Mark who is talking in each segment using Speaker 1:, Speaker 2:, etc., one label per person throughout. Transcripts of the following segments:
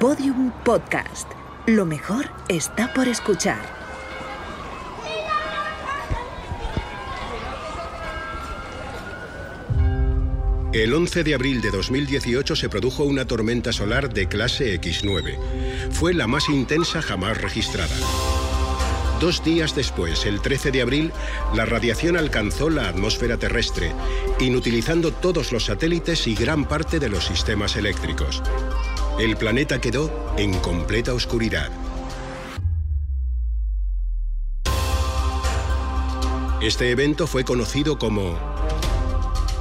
Speaker 1: Podium Podcast. Lo mejor está por escuchar.
Speaker 2: El 11 de abril de 2018 se produjo una tormenta solar de clase X9. Fue la más intensa jamás registrada. Dos días después, el 13 de abril, la radiación alcanzó la atmósfera terrestre, inutilizando todos los satélites y gran parte de los sistemas eléctricos. El planeta quedó en completa oscuridad. Este evento fue conocido como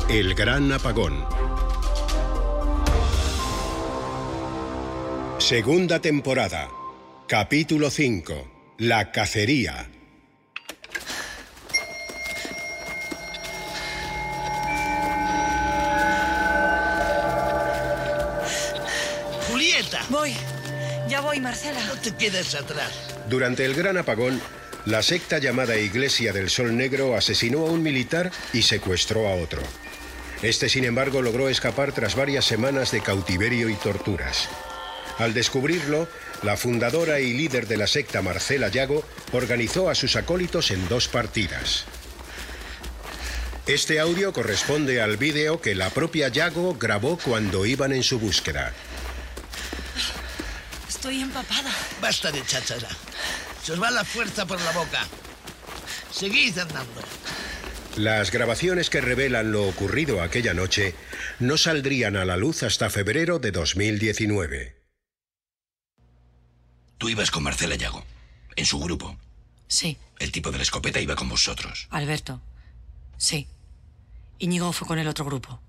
Speaker 2: el Gran Apagón. Segunda temporada, capítulo 5. La cacería.
Speaker 3: Julieta,
Speaker 4: Voy, ya voy, Marcela.
Speaker 3: no te quedes atrás.
Speaker 2: Durante el gran apagón, la secta llamada Iglesia del Sol Negro asesinó a un militar y secuestró a otro. Este, sin embargo, logró escapar tras varias semanas de cautiverio y torturas. Al descubrirlo, la fundadora y líder de la secta, Marcela Yago, organizó a sus acólitos en dos partidas. Este audio corresponde al vídeo que la propia Yago grabó cuando iban en su búsqueda.
Speaker 4: Estoy empapada.
Speaker 3: Basta de cháchara. Se os va la fuerza por la boca. Seguid andando.
Speaker 2: Las grabaciones que revelan lo ocurrido aquella noche no saldrían a la luz hasta febrero de 2019.
Speaker 5: Tú ibas con Marcela Yago, en su grupo.
Speaker 4: Sí,
Speaker 5: El tipo de la escopeta iba con vosotros.
Speaker 4: Alberto. Sí. Íñigo fue con el otro grupo.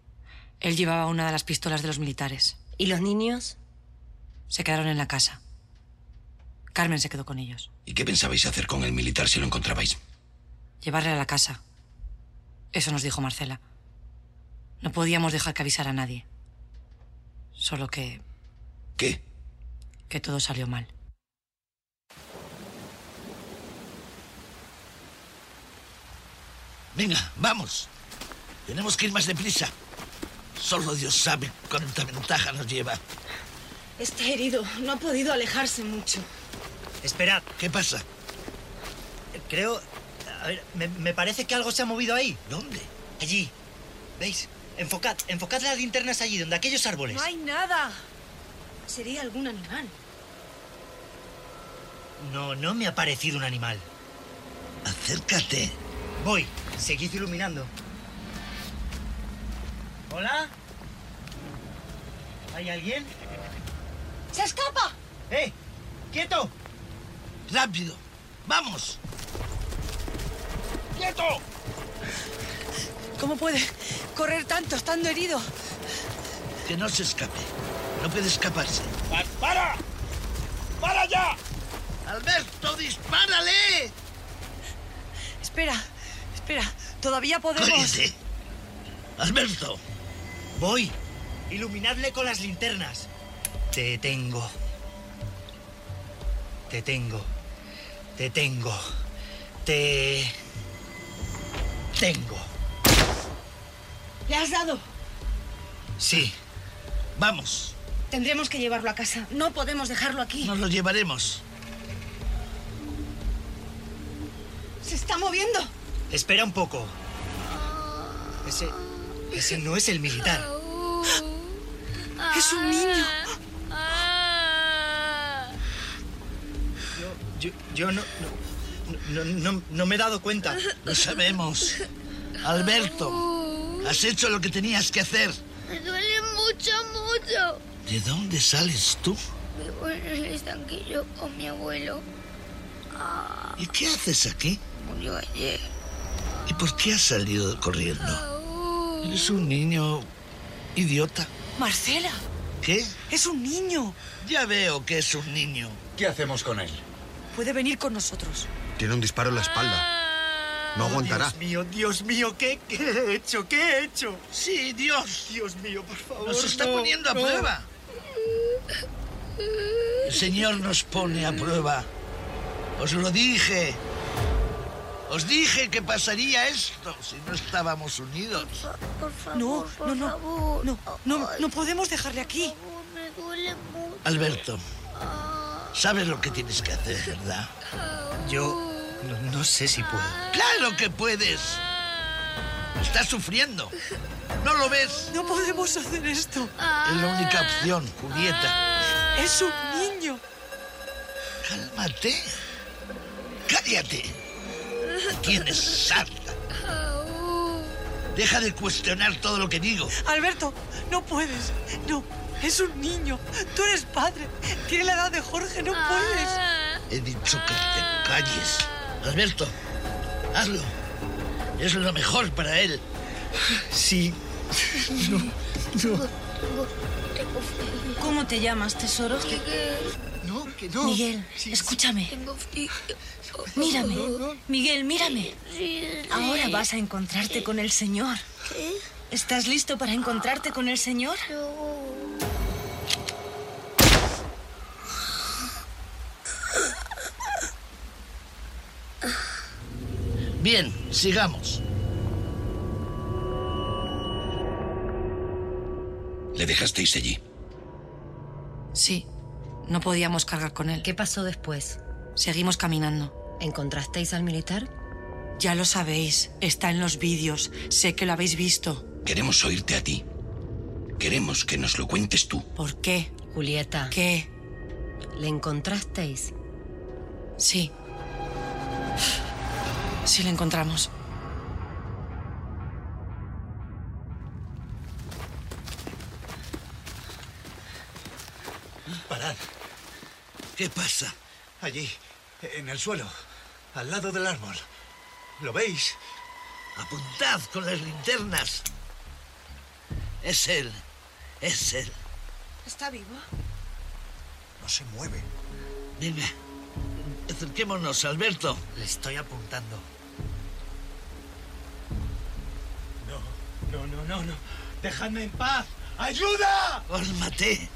Speaker 4: Él llevaba una de las pistolas de los militares.
Speaker 6: ¿Y los niños?
Speaker 4: Se quedaron en la casa. Carmen se quedó con ellos.
Speaker 5: ¿Y qué pensabais hacer con el militar si lo encontrabais?
Speaker 4: Llevarle a la casa. Eso nos dijo Marcela. No podíamos dejar que avisara a nadie. Solo que,
Speaker 5: ¿Qué?
Speaker 4: que todo salió mal.
Speaker 3: Venga, vamos. Tenemos que ir más deprisa. Solo Dios sabe cuánta ventaja nos lleva.
Speaker 7: Está herido, no ha podido alejarse mucho.
Speaker 8: Esperad,
Speaker 3: ¿Qué pasa?
Speaker 8: Eh, creo... A ver, me, me parece que algo se ha movido ahí.
Speaker 3: ¿Dónde?
Speaker 8: Allí. ¿Veis? Enfocad, enfocad las linternas allí, donde aquellos árboles.
Speaker 7: No hay nada. Sería algún animal.
Speaker 8: No, no me ha parecido un animal.
Speaker 3: Acércate.
Speaker 8: Voy, seguid iluminando. ¿Hola? ¿Hay alguien?
Speaker 7: ¡Se escapa!
Speaker 8: ¡Eh! ¡Quieto!
Speaker 3: Rápido. Vamos. ¡Quieto!
Speaker 4: ¿Cómo puede correr tanto estando herido?
Speaker 3: Que no se escape. No puede escaparse.
Speaker 9: ¡Para! ¡Para ya!
Speaker 3: Alberto, dispárale.
Speaker 4: Espera, espera. Todavía
Speaker 3: Cógete. Alberto.
Speaker 8: Voy. Iluminadle con las linternas. Te tengo. Te tengo. Te tengo. Te... Tengo.
Speaker 7: ¿Le has dado?
Speaker 3: Sí. Vamos.
Speaker 7: Tendremos que llevarlo a casa. No podemos dejarlo aquí.
Speaker 3: Nos lo llevaremos.
Speaker 7: Se está moviendo.
Speaker 8: Espera un poco. Ese... Ese no es el militar.
Speaker 7: Es un niño.
Speaker 8: Yo, yo no, no, no, no- no me he dado cuenta.
Speaker 3: Lo sabemos. Alberto, has hecho lo que tenías que hacer.
Speaker 10: Me duele mucho, mucho.
Speaker 3: ¿De dónde sales tú?
Speaker 10: Vivo en el estanquillo con mi abuelo.
Speaker 3: ¿Y qué haces aquí?
Speaker 10: Murió ayer.
Speaker 3: ¿Y por qué has salido corriendo? Eres un niño idiota.
Speaker 4: Marcela,
Speaker 3: ¿Qué?
Speaker 4: es un niño.
Speaker 3: Ya veo que es un niño.
Speaker 9: ¿Qué hacemos con él?
Speaker 4: Puede venir con nosotros.
Speaker 11: Tiene un disparo en la espalda. No aguantará.
Speaker 8: Dios mío, Dios mío, ¿qué, qué he hecho? ¿Qué he hecho?
Speaker 3: Sí, Dios.
Speaker 8: Dios mío, por favor.
Speaker 3: Nos está
Speaker 8: no,
Speaker 3: poniendo a
Speaker 8: no.
Speaker 3: prueba. El Señor nos pone a prueba. Os lo dije. Os dije que pasaría esto si no estábamos unidos.
Speaker 10: Por favor,
Speaker 4: No,
Speaker 10: por
Speaker 4: no, no.
Speaker 10: favor.
Speaker 4: No, no,
Speaker 10: Ay,
Speaker 4: no podemos dejarle aquí.
Speaker 10: por favor, me me duele mucho.
Speaker 3: Alberto, sabes lo que tienes que hacer, ¿verdad?
Speaker 12: Yo no, no sé si puedo.
Speaker 3: ¡Claro que puedes! Estás sufriendo. ¿No lo ves?
Speaker 13: No podemos hacer esto.
Speaker 3: Es la única opción, Julieta.
Speaker 13: Es un
Speaker 6: Ah.
Speaker 13: niño.
Speaker 3: Cálmate. Cállate. Tienes sarta. Deja de cuestionar todo lo que digo.
Speaker 13: Alberto, no puedes. No, es un niño. Tú eres padre. Tiene la edad de Jorge, no puedes.
Speaker 12: Ah.
Speaker 3: He dicho que te calles. Alberto, hazlo. Es lo mejor para él.
Speaker 12: Sí. No, no.
Speaker 14: ¿Cómo te llamas, tesoro?
Speaker 10: Miguel,
Speaker 12: No, que no.
Speaker 14: Miguel,
Speaker 6: Oh,
Speaker 14: escúchame.
Speaker 10: tengo frío.
Speaker 14: Mírame. Miguel, mírame.
Speaker 10: Sí, sí.
Speaker 14: Ahora vas a encontrarte con el Señor.
Speaker 10: ¿Qué?
Speaker 14: ¿Estás listo para encontrarte con el Señor?
Speaker 10: No.
Speaker 3: Bien, sigamos.
Speaker 15: Le dejasteis allí.
Speaker 6: Sí, no podíamos cargar con él.
Speaker 16: ¿Qué pasó después?
Speaker 6: Seguimos caminando.
Speaker 16: ¿Encontrasteis al militar?
Speaker 6: Ya lo sabéis, está en los vídeos. Sé que lo habéis visto.
Speaker 15: Queremos oírte a ti. Queremos que nos lo cuentes tú.
Speaker 6: ¿Por qué?
Speaker 16: Julieta,
Speaker 6: ¿Qué?
Speaker 16: ¿le encontrasteis?
Speaker 6: Sí. Sí, lo encontramos.
Speaker 12: Parad.
Speaker 3: ¿Qué pasa?
Speaker 12: Allí, en el suelo, al lado del árbol. ¿Lo veis?
Speaker 3: Apuntad con las linternas. Es él. Es él.
Speaker 14: ¿Está vivo?
Speaker 12: No se mueve.
Speaker 3: Venga. Acerquémonos, Alberto.
Speaker 12: Le estoy apuntando. No, no, no, no, no. Dejadme en paz. ¡Ayuda!
Speaker 3: Cálmate.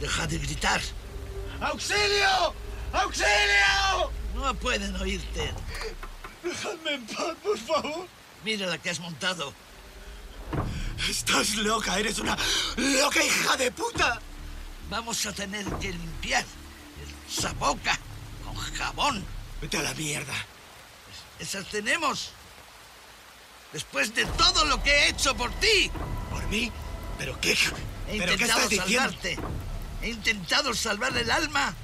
Speaker 3: Deja de gritar.
Speaker 12: ¡Auxilio! ¡Auxilio!
Speaker 3: No pueden oírte.
Speaker 12: Dejadme en paz, por favor.
Speaker 3: Mira la que has montado.
Speaker 12: Estás loca, eres una loca hija de puta.
Speaker 3: Vamos a tener que limpiar esa boca con jabón.
Speaker 12: Vete a la mierda.
Speaker 3: Esas tenemos. Después de todo lo que he hecho por ti.
Speaker 12: ¿Por mí? ¿Pero qué?
Speaker 3: He
Speaker 12: ¿Pero qué
Speaker 3: intentado
Speaker 12: estás diciendo?
Speaker 3: salvarte. He intentado salvar el alma.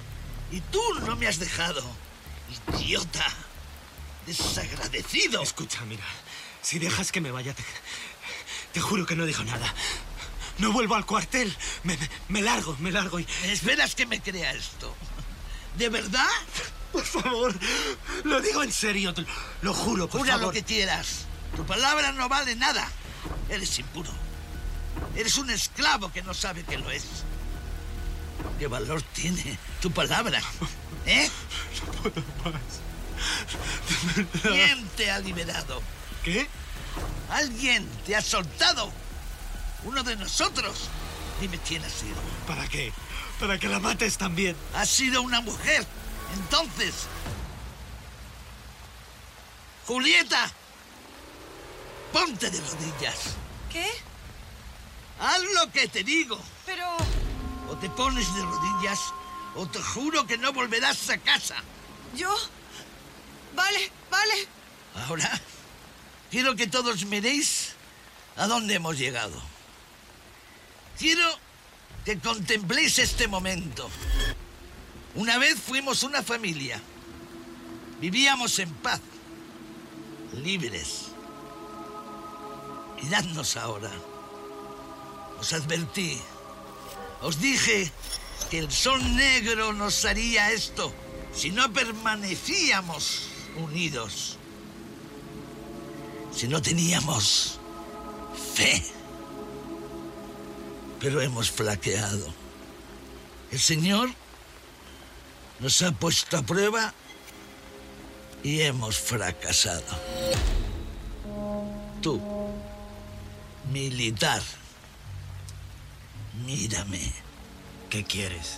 Speaker 3: Y tú no me has dejado. Idiota. Desagradecido.
Speaker 12: Escucha, mira. Si dejas que me vaya, te, te juro que no digo nada. No vuelvo al cuartel. Me, me- me largo, me largo y...
Speaker 3: ¿Esperas que me crea esto? ¿De verdad?
Speaker 12: Por favor, lo digo en serio. te- Lo juro, por
Speaker 3: Jura
Speaker 12: favor.
Speaker 3: lo que quieras. Tu palabra no vale nada. Eres impuro. Eres un esclavo que no sabe que lo es. ¿Qué valor tiene tu palabra? ¿Eh? ¿Quién te ha liberado?
Speaker 12: ¿Qué?
Speaker 3: ¿Alguien te ha soltado? ¿Uno de nosotros? Dime quién ha sido.
Speaker 12: ¿Para qué? Para que la mates también.
Speaker 3: Ha sido una mujer. Entonces. Julieta, ponte de rodillas.
Speaker 13: ¿Qué?
Speaker 3: Haz lo que te digo.
Speaker 13: Pero...
Speaker 3: O te pones de rodillas, o te juro que no volverás a casa.
Speaker 13: Yo... Vale, vale.
Speaker 3: Ahora, quiero que todos miréis a dónde hemos llegado. Quiero que contempléis este momento. Una vez fuimos una familia. Vivíamos en paz, libres. Miradnos ahora. Os advertí. Os dije que el sol negro nos haría esto si no permanecíamos unidos si no teníamos fe. Pero hemos flaqueado. El Señor nos ha puesto a prueba y hemos fracasado. Tú, militar, mírame.
Speaker 12: ¿Qué quieres?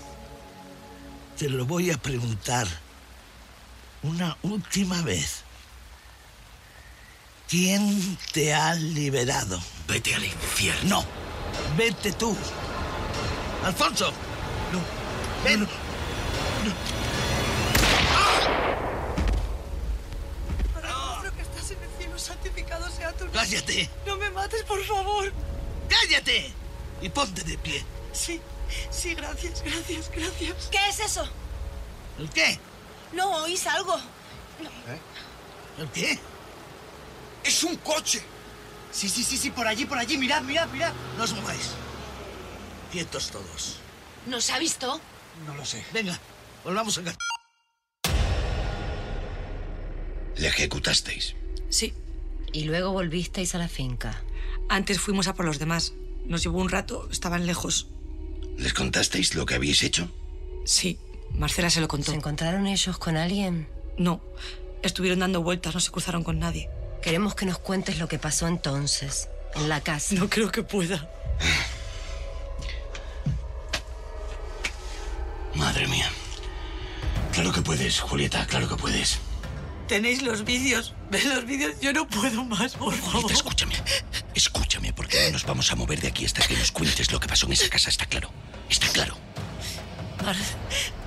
Speaker 3: Te lo voy a preguntar una última vez. ¿Quién te ha liberado?
Speaker 12: Vete al infierno.
Speaker 3: No, vete tú. Alfonso. No. Ven.
Speaker 6: Padre nuestro que estás en el cielo, santificado sea tu nombre.
Speaker 3: Cállate.
Speaker 6: No me mates, por favor.
Speaker 3: ¡Cállate! Y ponte de pie.
Speaker 6: Sí, sí, gracias, gracias, gracias.
Speaker 7: ¿Qué es eso?
Speaker 3: ¿El qué? ¿Eh?
Speaker 7: ¿No oís algo?
Speaker 3: ¿El qué?
Speaker 8: ¡Es un coche! Sí, sí, sí, sí, por allí, por allí, mirad, mirad, mirad.
Speaker 3: No os mováis. Quietos todos.
Speaker 7: ¿Nos ha visto?
Speaker 8: No lo sé.
Speaker 3: Venga, volvamos a casa.
Speaker 5: Le ejecutasteis.
Speaker 4: Sí,
Speaker 16: Y luego volvisteis a la finca.
Speaker 4: antes fuimos a por los demás. Nos llevó un rato, estaban lejos.
Speaker 5: ¿Les contasteis lo que habéis hecho?
Speaker 4: Sí, Marcela se lo contó.
Speaker 16: ¿Se encontraron ellos con alguien?
Speaker 4: No, estuvieron dando vueltas, no se cruzaron con nadie.
Speaker 16: Queremos que nos cuentes lo que pasó entonces, en la casa.
Speaker 4: No creo que pueda.
Speaker 5: Madre mía. Claro que puedes, Julieta, claro que puedes.
Speaker 6: Tenéis los vídeos, ve los vídeos. Yo no puedo más, por favor.
Speaker 5: Julieta, escúchame. Escúchame, porque no nos vamos a mover de aquí hasta que nos cuentes lo que pasó en esa casa, está claro. Está claro.
Speaker 6: Mar-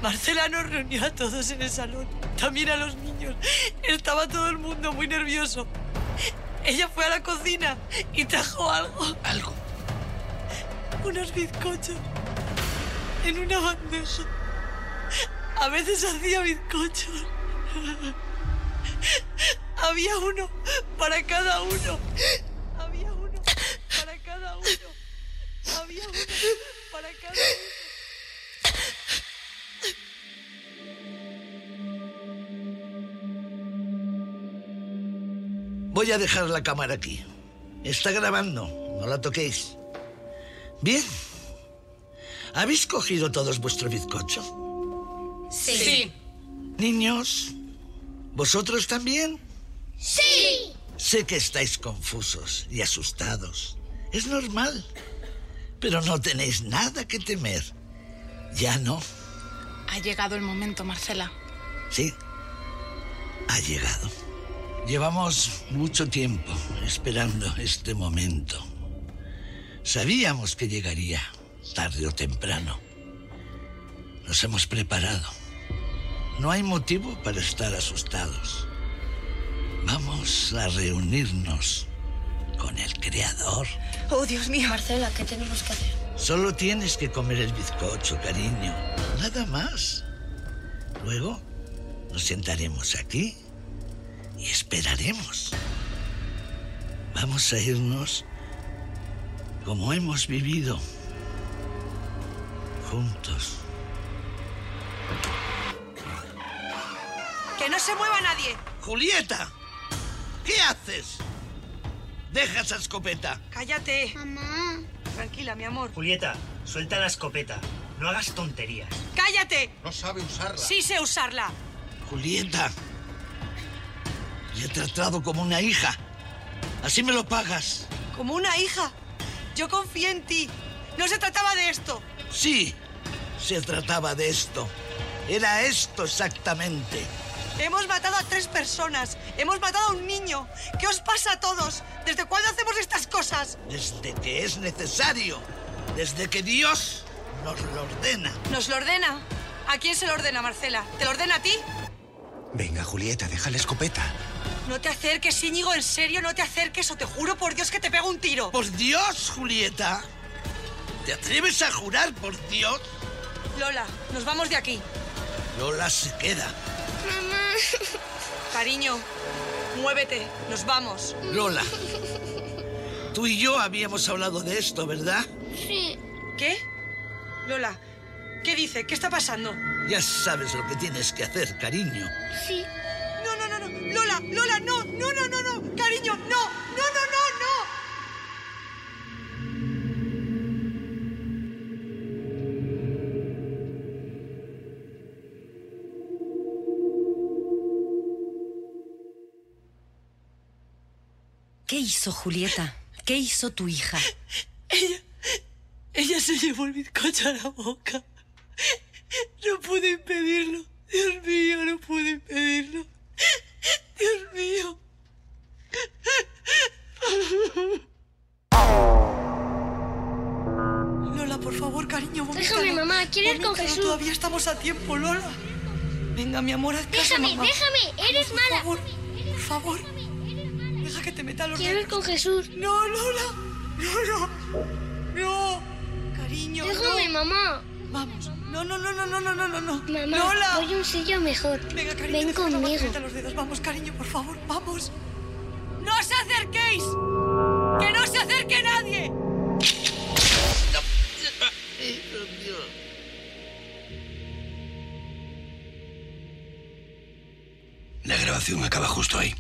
Speaker 6: Marcela nos reunió a todos en el salón, también a los niños. Estaba todo el mundo muy nervioso. Ella fue a la cocina y trajo algo,
Speaker 5: Algo.
Speaker 6: unos bizcochos, en una bandeja. A veces hacía bizcochos. Había uno para cada uno. Había uno para cada uno. Había uno para cada uno.
Speaker 3: Voy a dejar la cámara aquí. Está grabando, no la toquéis. Bien. ¿Habéis cogido todos vuestro bizcocho?
Speaker 10: Sí.
Speaker 3: Niños, ¿vosotros también?
Speaker 10: Sí.
Speaker 3: Sé que estáis confusos y asustados. Es normal. Pero no tenéis nada que temer. Ya no,
Speaker 17: Ha llegado el momento, Marcela.
Speaker 3: ¿sí? Ha llegado. Llevamos mucho tiempo esperando este momento. Sabíamos que llegaría, tarde o temprano. Nos hemos preparado. No hay motivo para estar asustados. Vamos a reunirnos con el Creador.
Speaker 7: Oh, Dios mío.
Speaker 17: Marcela, ¿qué tenemos que hacer?
Speaker 3: Solo tienes que comer el bizcocho, cariño. Nada más. Luego nos sentaremos aquí y esperaremos. Vamos a irnos como hemos vivido. Juntos.
Speaker 6: ¡Que no se mueva nadie!
Speaker 3: Julieta, ¿qué haces? Deja esa escopeta.
Speaker 6: ¡Cállate!
Speaker 10: Mamá.
Speaker 6: Tranquila, mi amor.
Speaker 8: Julieta, suelta la escopeta. No hagas tonterías.
Speaker 6: ¡Cállate!
Speaker 11: No sabe usarla.
Speaker 6: Sí sé usarla.
Speaker 3: Julieta, le he tratado como una hija. Así me lo pagas.
Speaker 6: Como una hija. Yo confío en ti. No se trataba de esto.
Speaker 3: Sí, se trataba de esto. Era esto exactamente.
Speaker 6: Hemos matado a tres personas. Hemos matado a un niño. ¿Qué os pasa a todos? ¿Desde cuándo hacemos estas cosas?
Speaker 3: Desde que es necesario. Desde que Dios nos lo ordena.
Speaker 6: ¿Nos lo ordena? ¿A quién se lo ordena, Marcela? ¿Te lo ordena a ti?
Speaker 5: Venga, Julieta, deja la escopeta.
Speaker 6: No te acerques, Íñigo, en serio, no te acerques o te juro por Dios que te pego un tiro.
Speaker 3: Por Dios, Julieta. ¿Te atreves a jurar por Dios?
Speaker 6: Lola, nos vamos de aquí.
Speaker 3: Lola se queda.
Speaker 10: Mamá.
Speaker 6: Cariño, muévete, nos vamos.
Speaker 3: Lola. Tú y yo habíamos hablado de esto, ¿verdad?
Speaker 10: Sí.
Speaker 6: ¿Qué? Lola, ¿qué dice? ¿Qué está pasando?
Speaker 3: Ya sabes lo que tienes que hacer, cariño.
Speaker 10: Sí.
Speaker 6: No, no, no, no. Lola, Lola, no, no, no, no, no. Cariño, no, no, no, no, no.
Speaker 16: ¿Qué hizo Julieta? ¿Qué hizo tu hija?
Speaker 6: Ella se llevó el bizcocho a la boca. No pude impedirlo. Dios mío, no pude impedirlo. Dios mío. Lola, por por favor, cariño, vomítalo.
Speaker 10: Déjame, mamá, quiero ir con
Speaker 6: Vomítalo,
Speaker 10: Jesús.
Speaker 6: Todavía estamos a tiempo, Lola. Venga, mi amor, haz caso,
Speaker 10: Déjame,
Speaker 6: mamá.
Speaker 10: déjame, eres
Speaker 6: Por
Speaker 10: mala.
Speaker 6: favor, por favor. Deja que te meta los
Speaker 10: Quiero ir
Speaker 6: nervios.
Speaker 10: con Jesús.
Speaker 6: No, Lola. No, no. No. Cariño,
Speaker 10: Déjame,
Speaker 6: no.
Speaker 10: mamá.
Speaker 6: Vamos. No, no, no, no, no, no, no, no, no.
Speaker 10: Mamá,
Speaker 6: Lola.
Speaker 10: voy a un sitio mejor.
Speaker 6: Venga, cariño,
Speaker 10: Ven
Speaker 6: deja que mamá te
Speaker 10: conmigo.
Speaker 6: meta los dedos. Vamos, cariño, por favor, vamos. ¡No os acerquéis! ¡Que no se acerque nadie!
Speaker 3: Ay, Dios mío.
Speaker 5: La grabación acaba justo ahí.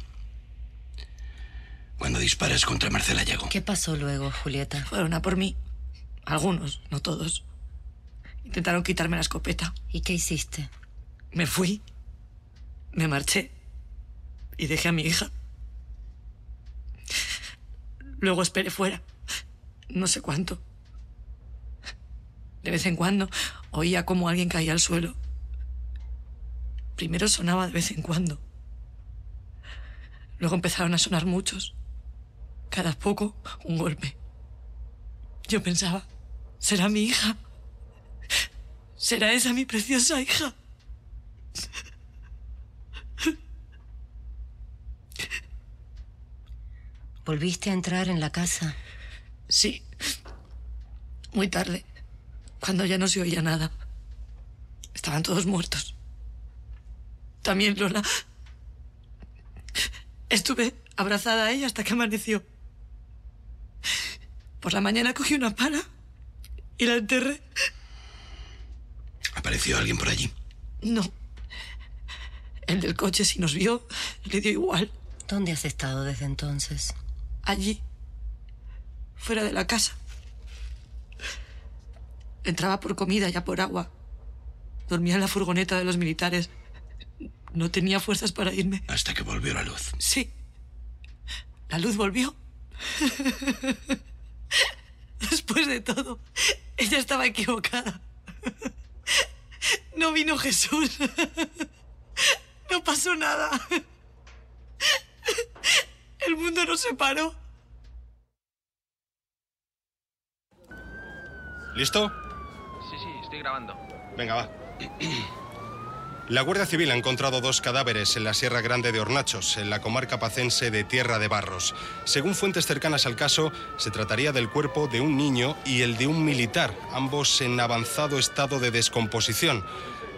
Speaker 5: Cuando disparas contra Marcela Yago.
Speaker 16: ¿Qué pasó luego, Julieta?
Speaker 4: Fueron a por mí. Algunos, no todos. Intentaron quitarme la escopeta.
Speaker 16: ¿Y qué hiciste?
Speaker 4: Me fui. Me marché. Y dejé a mi hija. Luego esperé fuera. No sé cuánto. De vez en cuando oía como alguien caía al suelo. Primero sonaba de vez en cuando. Luego empezaron a sonar muchos. Cada poco un golpe. Yo pensaba, será mi hija. Será esa mi preciosa hija.
Speaker 16: ¿Volviste a entrar en la casa?
Speaker 4: Sí. Muy tarde, cuando ya no se oía nada. Estaban todos muertos. También Lola. Estuve abrazada a ella hasta que amaneció. Por la mañana cogí una pala y la enterré.
Speaker 5: Apareció alguien por allí.
Speaker 4: No. El del coche, si nos vio, le dio igual.
Speaker 16: ¿Dónde has estado desde entonces?
Speaker 4: Allí. Fuera de la casa. Entraba por comida, ya por agua. Dormía en la furgoneta de los militares. No tenía fuerzas para irme.
Speaker 5: Hasta que volvió la luz.
Speaker 4: Sí. La luz volvió. Después de todo, ella estaba equivocada. No vino Jesús. No pasó nada. El mundo no se paró.
Speaker 12: ¿Listo?
Speaker 18: Sí, sí, estoy grabando.
Speaker 12: Venga, va. La Guardia Civil ha encontrado dos cadáveres en la Sierra Grande de Hornachos, en la comarca pacense de Tierra de Barros. Según fuentes cercanas al caso, se trataría del cuerpo de un niño y el de un militar, ambos en avanzado estado de descomposición.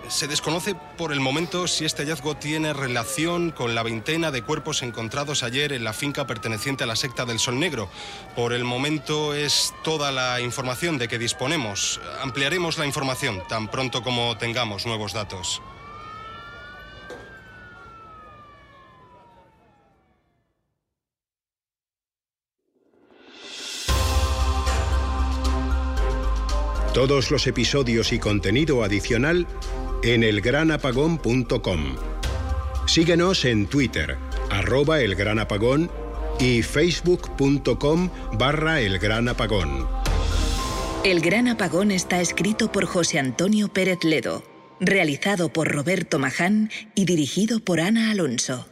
Speaker 12: Se desconoce por el momento si este hallazgo tiene relación con la veintena de cuerpos encontrados ayer en la finca perteneciente a la secta del Sol Negro. Por el momento es toda la información de que disponemos. Ampliaremos la información tan pronto como tengamos nuevos datos.
Speaker 2: Todos los episodios y contenido adicional en elgranapagón.com. Síguenos en Twitter, arroba elgranapagón y facebook.com barra elgranapagón.
Speaker 1: El Gran Apagón está escrito por José Antonio Pérez Ledo, realizado por Roberto Maján y dirigido por Ana Alonso.